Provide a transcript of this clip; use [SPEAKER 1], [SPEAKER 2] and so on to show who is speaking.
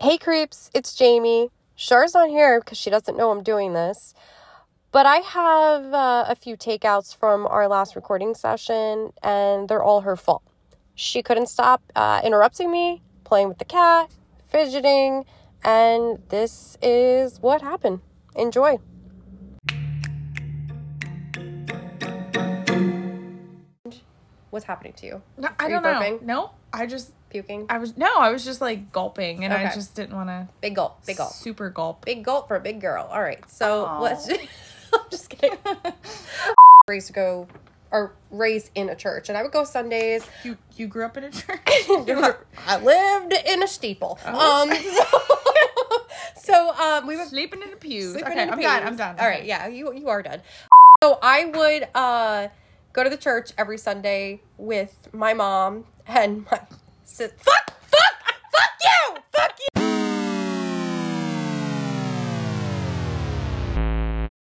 [SPEAKER 1] Hey creeps, it's Jamie. Char's on here because she doesn't know I'm doing this. But I have uh, a few takeouts from our last recording session, and they're all her fault. She couldn't stop uh, interrupting me, playing with the cat, fidgeting, and this is what happened. Enjoy. What's happening to you?
[SPEAKER 2] No, I
[SPEAKER 1] Are you
[SPEAKER 2] don't know.
[SPEAKER 1] burping?
[SPEAKER 2] No, I just
[SPEAKER 1] Puking?
[SPEAKER 2] I was no, I was just like gulping, and
[SPEAKER 1] Okay.
[SPEAKER 2] I just didn't want to
[SPEAKER 1] Big gulp, big gulp.
[SPEAKER 2] super gulp.
[SPEAKER 1] Big gulp for a big girl. All right, so
[SPEAKER 2] Aw.
[SPEAKER 1] let's. I'm just kidding. race go or raised in a church, and I would go Sundays.
[SPEAKER 2] You you grew up in a church.
[SPEAKER 1] I lived in a steeple.
[SPEAKER 2] Uh-huh.
[SPEAKER 1] Um, so, so um, we would
[SPEAKER 2] sleeping in a pew.
[SPEAKER 1] Sleeping
[SPEAKER 2] Okay,
[SPEAKER 1] in a
[SPEAKER 2] I'm done.
[SPEAKER 1] pews.
[SPEAKER 2] I'm done.
[SPEAKER 1] All right, yeah, you you are done. So I would uh, go to the church every Sunday with my mom and my sis. Fuck.